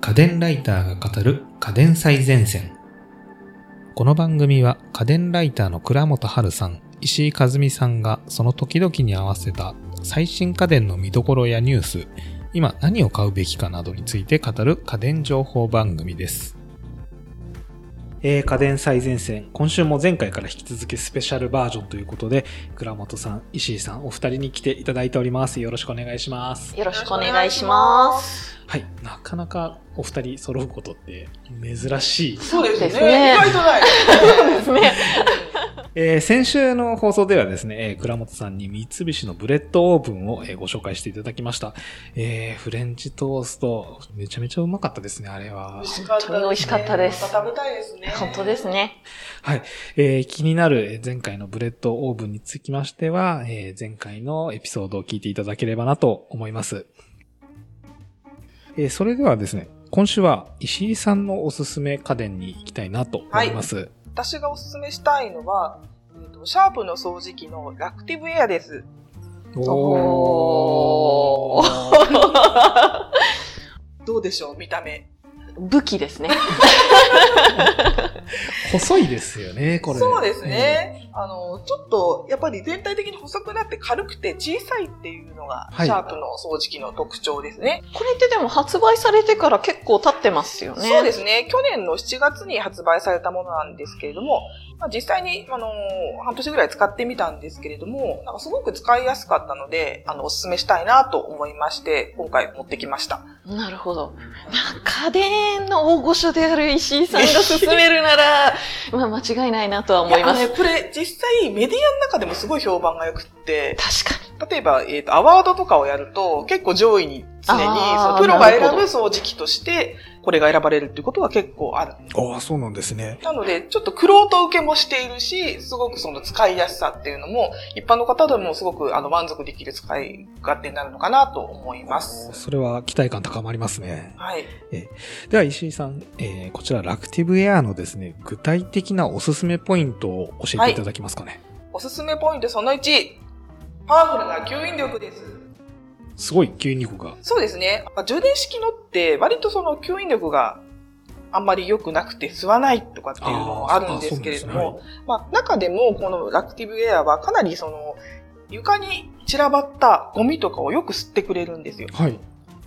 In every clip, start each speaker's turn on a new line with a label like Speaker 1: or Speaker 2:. Speaker 1: 家電ライターが語る家電最前線。この番組は家電ライターの倉本春さん、石井和美さんがその時々に合わせた最新家電の見どころやニュース、今何を買うべきかなどについて語る家電情報番組です。えー家電最前線、今週も前回から引き続きスペシャルバージョンということで、倉本さん、石井さん、お二人に来ていただいております。よろしくお願いします。
Speaker 2: よろしくお願いします。
Speaker 1: はい、なかなかお二人揃うことって珍しい
Speaker 3: そうですね。
Speaker 2: ですね
Speaker 3: 意外とない。
Speaker 1: えー先週の放送ではですね、えー倉本さんに三菱のブレッドオーブンを、えーご紹介していただきました。えーフレンチトースト、めちゃめちゃうまかったですね、あれは。
Speaker 2: 本当に美味しかったです
Speaker 3: また食べたいですね。
Speaker 2: 本当です ね。
Speaker 1: えー気になるえー前回のブレッドオーブンにつきましては、えー前回のエピソードを聞いていただければなと思います。えーそれではですね、今週は石井さんのおすすめ家電に行きたいなと思います。
Speaker 3: 私がおすすめしたいのは、えーとシャープの掃除機のラクティブエアです。
Speaker 1: おー。
Speaker 3: どうでしょう見た目。
Speaker 2: 武器ですね。
Speaker 1: 細いですよね、これ。
Speaker 3: そうですね。あの、ちょっと、やっぱり全体的に細くなって軽くて小さいっていうのが、
Speaker 1: はい
Speaker 3: シャープの掃除機の特徴ですね。
Speaker 2: これってでも発売されてから結構経ってますよね。。
Speaker 3: そうですすね。去年の7月に発売されたものなんですけれども、まあ、実際に、あのー半年ぐらい使ってみたんですけれども、なんかすごく使いやすかったので、あの、おすすめしたいなと思いまして、今回持ってきました。
Speaker 2: なるほど。まあ、家電の大御所である石井さんが勧めるな ら、まあ間違いないなとは思いま
Speaker 3: いやあ
Speaker 2: す。
Speaker 3: のねこれ、実際メディアの中でもすごい評判が良くって、
Speaker 2: 確かに。
Speaker 3: 例えば、えっ、と、アワードとかをやると、結構上位に常に、
Speaker 2: あー
Speaker 3: そのプロが選
Speaker 2: なるほ
Speaker 3: ぶ
Speaker 2: ど
Speaker 3: 掃除機として、これが選ばれるっていうことは結構ある。
Speaker 1: ああ、そうなんですね。
Speaker 3: なので、ちょっとクロート受けもしているし、すごくその使いやすさっていうのも、一般の方でもすごくあの満足できる使い勝手になるのかなと思います。
Speaker 1: それは期待感高まりますね。
Speaker 3: はい。
Speaker 1: では石井さん、えーこちらラクティブエアのですね、具体的なおすすめポイントを教えていただけますかね。
Speaker 3: おすすめポイントその1、パワフルな吸引力です。
Speaker 1: すごい牛肉が。
Speaker 3: そうですね。まあ充電式のって、割とその吸引力があんまり良くなくて吸わないとかっていうのもあるんですけれど
Speaker 1: あーあそう
Speaker 3: も、まあ中でもこのラクティブエアはかなりその床に散らばったゴミとかをよく吸ってくれるんですよ。
Speaker 1: はい。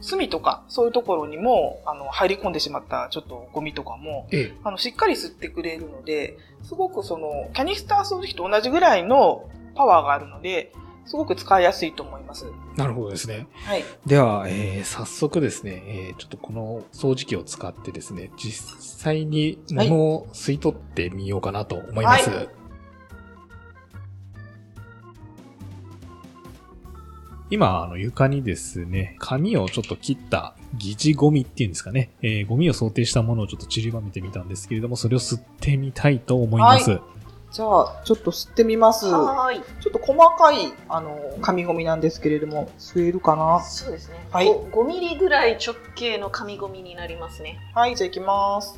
Speaker 3: 隅とか、そういうところにも、あの、入り込んでしまった、ちょっとゴミとかも、
Speaker 1: え
Speaker 3: あの、しっかり吸ってくれるので、すごくその、キャニスター掃除機と同じぐらいのパワーがあるので、すごく使いやすいと思います。
Speaker 1: ーなるほどですね。
Speaker 3: はい。
Speaker 1: では、えー早速ですね、えーちょっとこの掃除機を使ってですね、実際に物を吸い取ってみようかなと思います。
Speaker 3: はい
Speaker 1: 今、あの、床にですね、紙をちょっと切った疑似ゴミっていうんですかね、えーゴミを想定したものをちょっと散りばめてみたんですけれども、それを吸ってみたいと思います。
Speaker 3: じゃあ、ちょっと吸ってみます。ちょ
Speaker 2: はーい。
Speaker 3: っと細かい、あの、紙ゴミなんですけれども、吸えるかな
Speaker 2: そうですね。
Speaker 3: はい
Speaker 2: ご5ミリぐらい直径の紙ゴミになりますね。
Speaker 3: はい、じゃあ行きます。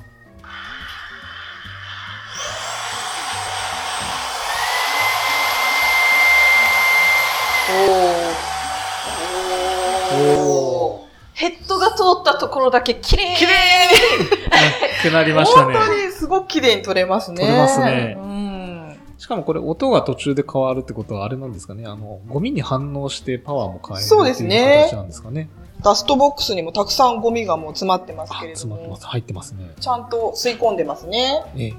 Speaker 2: おーヘッドが通ったところだけ綺麗
Speaker 3: 綺麗
Speaker 1: なくなりました
Speaker 3: 本
Speaker 1: ね。
Speaker 3: 当にすごく綺麗に取れますね。
Speaker 1: 取れますね
Speaker 3: うん。
Speaker 1: しかもこれ音が途中で変わるってことはあれなんですかねあの、ゴミに反応してパワーも変える
Speaker 3: そうですね
Speaker 1: っていう形なんですかね。
Speaker 3: ダストボックスにもたくさんゴミがもう詰まってます
Speaker 1: あ、
Speaker 3: けれど
Speaker 1: 詰まってま
Speaker 3: も
Speaker 1: す。、入ってますね。
Speaker 3: ちゃんと吸い込んでますね。
Speaker 1: ええ、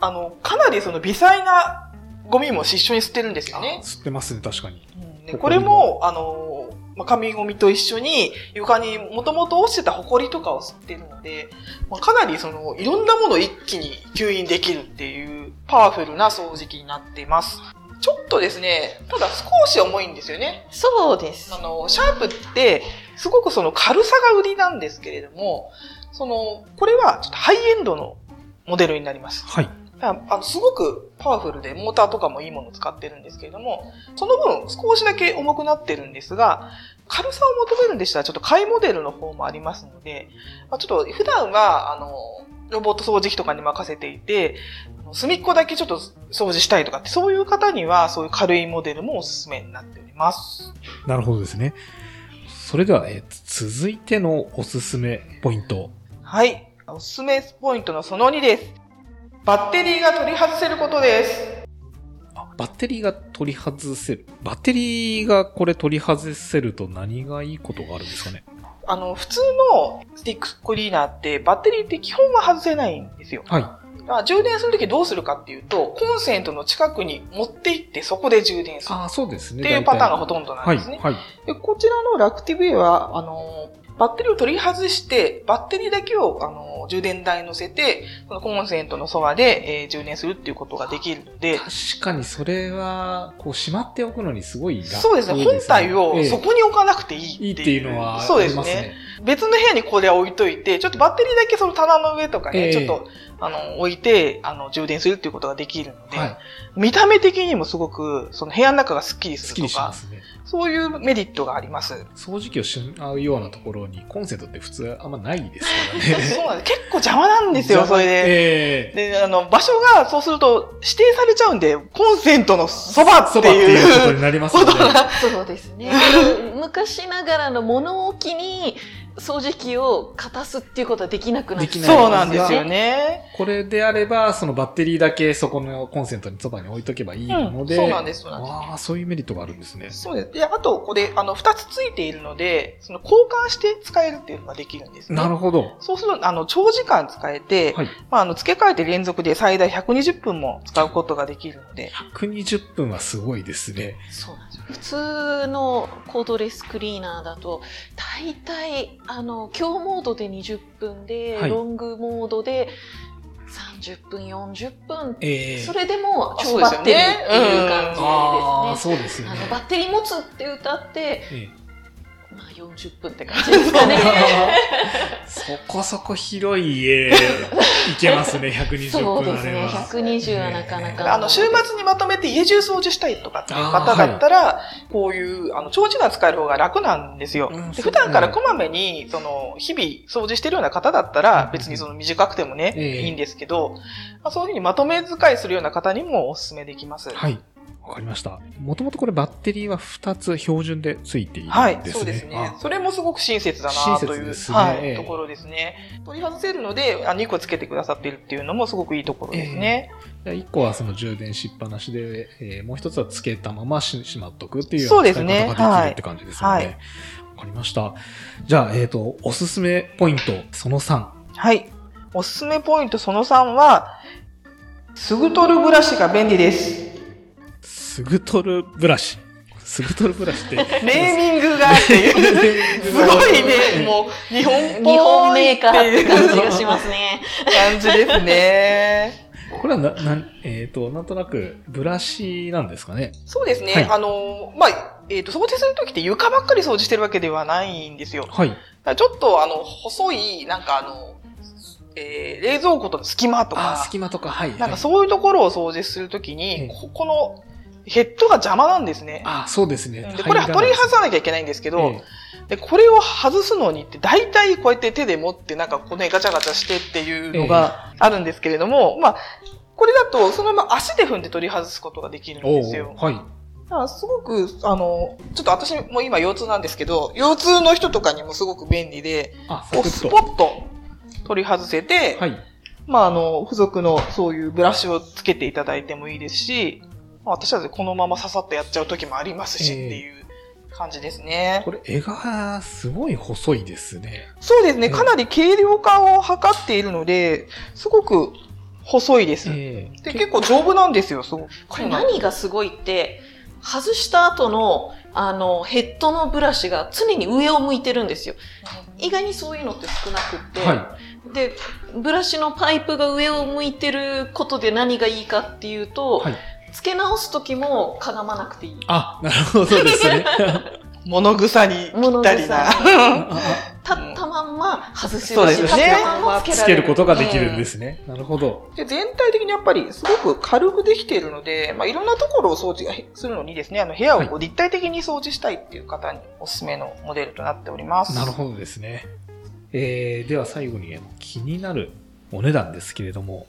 Speaker 3: あの、かなりその微細なゴミも一緒に捨てるんですよね。
Speaker 1: 吸ってますね、確かに。
Speaker 3: うんで
Speaker 1: ほこりも
Speaker 3: これも、あの、まあ、紙ゴミと一緒に床にもともと落ちてたホコリとかを吸ってるので、まあ、かなりその、いろんなものを一気に吸引できるっていうパワフルな掃除機になっています。ちょっとですね、ただ少し重いんですよね。
Speaker 2: そうです
Speaker 3: あの、シャープって、すごくその軽さが売りなんですけれども、その、これはちょっとハイエンドのモデルになります。
Speaker 1: はい。
Speaker 3: ああのすごくパワフルで、モーターとかもいいものを使ってるんですけれども、その分少しだけ重くなってるんですが、軽さを求めるんでしたら、ちょっと買いモデルの方もありますので、まあ、ちょっと普段は、あの、ロボット掃除機とかに任せていて、あの隅っこだけちょっと掃除したいとかって、そういう方には、そういう軽いモデルもおすすめになっております。
Speaker 1: なるほどですね。それでは、えー続いてのおすすめポイント、
Speaker 3: はい。おすすめポイントのその2です。バッテリーが取り外せることです。
Speaker 1: あバッテリーが取り外せる。バッテリーがこれ取り外せると何がいいことがあるんですかね
Speaker 3: あの、普通のスティッククリーナーってバッテリーって基本は外せないんですよ。
Speaker 1: はい。
Speaker 3: だから充電するときどうするかっていうと、コンセントの近くに持って行ってそこで充電する
Speaker 1: ああ、そうですね。
Speaker 3: っていうパターンがほとんどなんですね。
Speaker 1: はい。はい。
Speaker 3: でこちらのラクティブ A は、あの、バッテリーを取り外して、バッテリーだけを、あの、充電台に乗せて、そのコンセントのそばで、えー充電するっていうことができるので、
Speaker 1: 確かにそれは、こう、しまっておくのにすごい楽
Speaker 3: そうですね。本体をそ
Speaker 1: え
Speaker 3: こに置かなくてい
Speaker 1: えいい
Speaker 3: いっ
Speaker 1: ってて
Speaker 3: いう。
Speaker 1: いうのは
Speaker 3: そう
Speaker 1: あ
Speaker 3: で
Speaker 1: り
Speaker 3: す
Speaker 1: ます
Speaker 3: ね。
Speaker 1: ね。
Speaker 3: 別の部屋にこれは置いといて、ちょっとバッテリーだけその棚の上とかね、
Speaker 1: ええ
Speaker 3: ちょっと、あの、置いて、あの、充電するっていうことができるので、
Speaker 1: はい。
Speaker 3: 見た目的にもすごく、その部屋の中がスッキリ
Speaker 1: す
Speaker 3: す
Speaker 1: っき
Speaker 3: る
Speaker 1: り
Speaker 3: と
Speaker 1: しま
Speaker 3: か、
Speaker 1: すね。
Speaker 3: そういうメリットがあります。
Speaker 1: 掃除機をしまうようなところにコンセントって普通あんまないです
Speaker 3: そ
Speaker 1: か
Speaker 3: う
Speaker 1: らね。
Speaker 3: なんです。結構邪魔なんですよ、それで。
Speaker 1: ええ
Speaker 3: で、あの、場所が、そうすると、指定されちゃうんで、コンセントのそばって
Speaker 1: そばって
Speaker 3: い
Speaker 1: いうこと
Speaker 3: う。
Speaker 1: になりますよね。
Speaker 2: そうですね。昔ながらの物置に掃除機をかたすっていうことはできなくなっ
Speaker 1: できい
Speaker 3: そうなんですよね。
Speaker 1: これであれば、そのバッテリーだけそこのコンセントにそばに置いとけばいいので。
Speaker 3: うんそうなんですそうなんです
Speaker 1: ああ、そういうメリットがあるんですね。
Speaker 3: そうです。で、あと、これ、あの、二つついているので、その、交換して使えるっていうのができるんですね。
Speaker 1: なるほど。
Speaker 3: そうすると、あの、長時間使えて、
Speaker 1: はい
Speaker 3: まあ、あの、付け替えて連続で最大120分も使うことができるので、
Speaker 1: 120分はすごいですね。
Speaker 2: そうなんですよ普通のコードレスクリーナーだと大体あの強モードで20分で、
Speaker 1: はい
Speaker 2: ロングモードで30分40分、
Speaker 1: ええ
Speaker 2: それでも
Speaker 3: そ
Speaker 2: 超
Speaker 3: うで
Speaker 2: バ
Speaker 3: すよ
Speaker 2: ッテリーっていう感じですね。
Speaker 1: ああ、そうですね
Speaker 2: あ。のバッテリー持つって歌って、
Speaker 1: ええ
Speaker 2: まあ、40分って感じですかね。
Speaker 1: そこそこ広い家、いけます ね、120
Speaker 2: そう
Speaker 1: 分
Speaker 2: で
Speaker 1: あ
Speaker 2: す
Speaker 1: れ
Speaker 2: ね。
Speaker 1: は。
Speaker 2: 120はなかな
Speaker 1: う
Speaker 2: か。
Speaker 3: あの、週末にまとめて家中掃除したいとかっていう方だったら、こういう、あの、長時間使える方が楽なんですよ。
Speaker 1: うん
Speaker 3: で
Speaker 1: そう
Speaker 3: 普段からこまめに、その、日々掃除してるような方だった
Speaker 1: う
Speaker 3: ら
Speaker 1: ん、
Speaker 3: 別にその短くてもね、
Speaker 1: ええ
Speaker 3: いいんですけど、まあ、そういうふうにまとめ使いするような方にもお勧めできます。
Speaker 1: はい。わかりました。もともとこれバッテリーは2つ標準でついているんですね。
Speaker 3: はい、そうですね
Speaker 1: あ。
Speaker 3: それもすごく親切だ
Speaker 1: 親
Speaker 3: な
Speaker 1: 切
Speaker 3: という、
Speaker 1: ですね
Speaker 3: は
Speaker 1: ええ
Speaker 3: い、ところですね。取り外せるので、あ2個つけてくださっているっていうのもすごくいいところですね。
Speaker 1: 1個はその充電しっぱなしで、えーもう一つはつけたままししまっとくっていうよ
Speaker 3: そうう
Speaker 1: な
Speaker 3: で
Speaker 1: 使
Speaker 3: す
Speaker 1: い
Speaker 3: ね
Speaker 1: 方ができるって感じですよね。わ、
Speaker 3: はいはい
Speaker 1: かりました。じゃあ、えっ、と、おすすめポイント、その3。
Speaker 3: はい。おすすめポイントその3は、すぐ取るブラシが便利です。
Speaker 1: すぐ取るブラシ。すぐ取るブラ シって。
Speaker 3: ネーミングがっていう。 すごいね、もう、日本っぽい
Speaker 2: 日本メーカーって感じ
Speaker 3: いう
Speaker 2: がしますね。
Speaker 3: 感じですね。
Speaker 1: これはな、なん、えっ、と、なんとなく、ブラシなんですかね。
Speaker 3: そうですね。
Speaker 1: はい
Speaker 3: あの、まあ、えっ、と、掃除するときって床ばっかり掃除してるわけではないんですよ。
Speaker 1: はい。
Speaker 3: だからちょっと、あの、細い、なんかあの、えー冷蔵庫との隙間と
Speaker 1: あー
Speaker 3: か、
Speaker 1: 隙間とか、はい。
Speaker 3: なん
Speaker 1: は
Speaker 3: か
Speaker 1: い
Speaker 3: そういうところを掃除するとき
Speaker 1: ええ
Speaker 3: に、ここのヘッドが邪魔なんですね。
Speaker 1: あーそうですね。
Speaker 3: でこれは取り外さなきゃいけないんですけ
Speaker 1: え
Speaker 3: ど、でこれを外すのにって、大体こうやって手で持って、なんかこうね、ガチャガチャしてっていうのがあるんですけれども、まあ、これだと、そのまま足で踏んで取り外すことができるん
Speaker 1: えお
Speaker 3: ですよ
Speaker 1: ー。はい。
Speaker 3: だからすごく、あの、ちょっと私も今腰痛なんですけど、腰痛の人とかにもすごく便利で、
Speaker 1: あ、サ
Speaker 3: こ
Speaker 1: ク
Speaker 3: うス
Speaker 1: ッ
Speaker 3: ポ
Speaker 1: と。
Speaker 3: ッと取り外せて、
Speaker 1: はい。
Speaker 3: まあ、あの、付属のそういうブラシをつけていただいてもいいですし、まあ私はこのままささっとやっちゃう時もありますしっ
Speaker 1: ええ
Speaker 3: ていう感じですね。
Speaker 1: これ、絵が、すごい細いですね。
Speaker 3: そうですね、
Speaker 1: ええ
Speaker 3: かなり軽量化を図っているので、すごく細いです。
Speaker 1: ええ
Speaker 3: で結構丈夫なんですよ、すごく。
Speaker 2: これ何がすごいって、外した後の、あの、ヘッドのブラシが常に上を向いてるんですよ。意外にそういうのって少なくって、
Speaker 1: は
Speaker 2: で、ブラシのパイプが上を向いてることで何がいいかっていうと、
Speaker 1: はい
Speaker 2: 付け直す時もかがまなくていい。
Speaker 1: い。あ、なるほどです ね。
Speaker 3: 物草にぴったりな。
Speaker 2: 物
Speaker 1: あ
Speaker 2: 立ったまんま外せ
Speaker 3: そう
Speaker 2: るし、
Speaker 3: ですね
Speaker 2: 立ったまんま
Speaker 1: つけることができ
Speaker 2: うん
Speaker 1: るんですね。なるほど。
Speaker 3: で全体的にやっぱりすごく軽くできているので、まあ、いろんなところを掃除するのにですね、あの部屋をこう立体的に掃除したいっていう方におすすめのモデルとなっております。
Speaker 1: なるほどですね。えー、では最後に、気になるお値段ですけれども、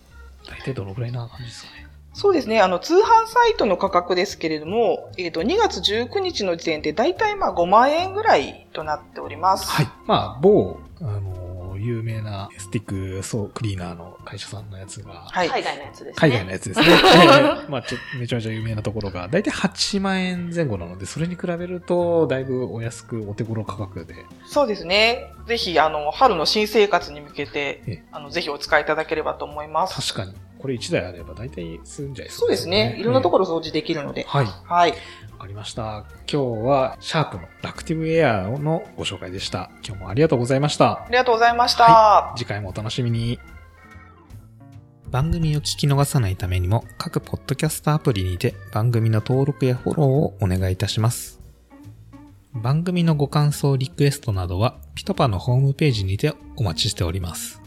Speaker 1: 大体どのくらいな感じですかね。
Speaker 3: そうですね。あの、通販サイトの価格ですけれども、えっ、と、2月19日の時点で、だいたいまあ5万円ぐらいとなっております。
Speaker 1: はい。まあ、某、あのー有名なスティックそうクリーナーの会社さんのやつが、
Speaker 3: はい。
Speaker 2: 海外のやつですね。
Speaker 1: 海外のやつ ですね。ええまあちょ、めちゃめちゃ有名なところが、だいたい8万円前後なので、それに比べると、だいぶお安く、お手頃価格で。
Speaker 3: そうですね。ぜひ、あの、春の新生活に向け
Speaker 1: え
Speaker 3: て
Speaker 1: え、
Speaker 3: あの、ぜひお使いいただければと思います。
Speaker 1: 確かに、これ1台あれば大体済んじゃい
Speaker 3: そ
Speaker 1: そう
Speaker 3: ですね。いろんなところ掃除できるので。
Speaker 1: はい。
Speaker 3: はい。
Speaker 1: わかりました。今日は、シャープのラクティブエアーのご紹介でした。今日もありがとうございました。
Speaker 3: ありがとうございました。
Speaker 1: は次回もお楽しみに。番組を聞き逃さないためにも、各ポッドキャストアプリにて番組の登録やフォローをお願いいたします。番組のご感想、リクエストなどは、ピトパのホームページにてお待ちしております。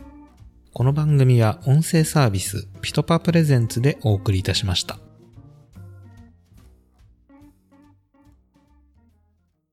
Speaker 1: この番組は音声サービス、ピトパプレゼンツでお送りいたしました。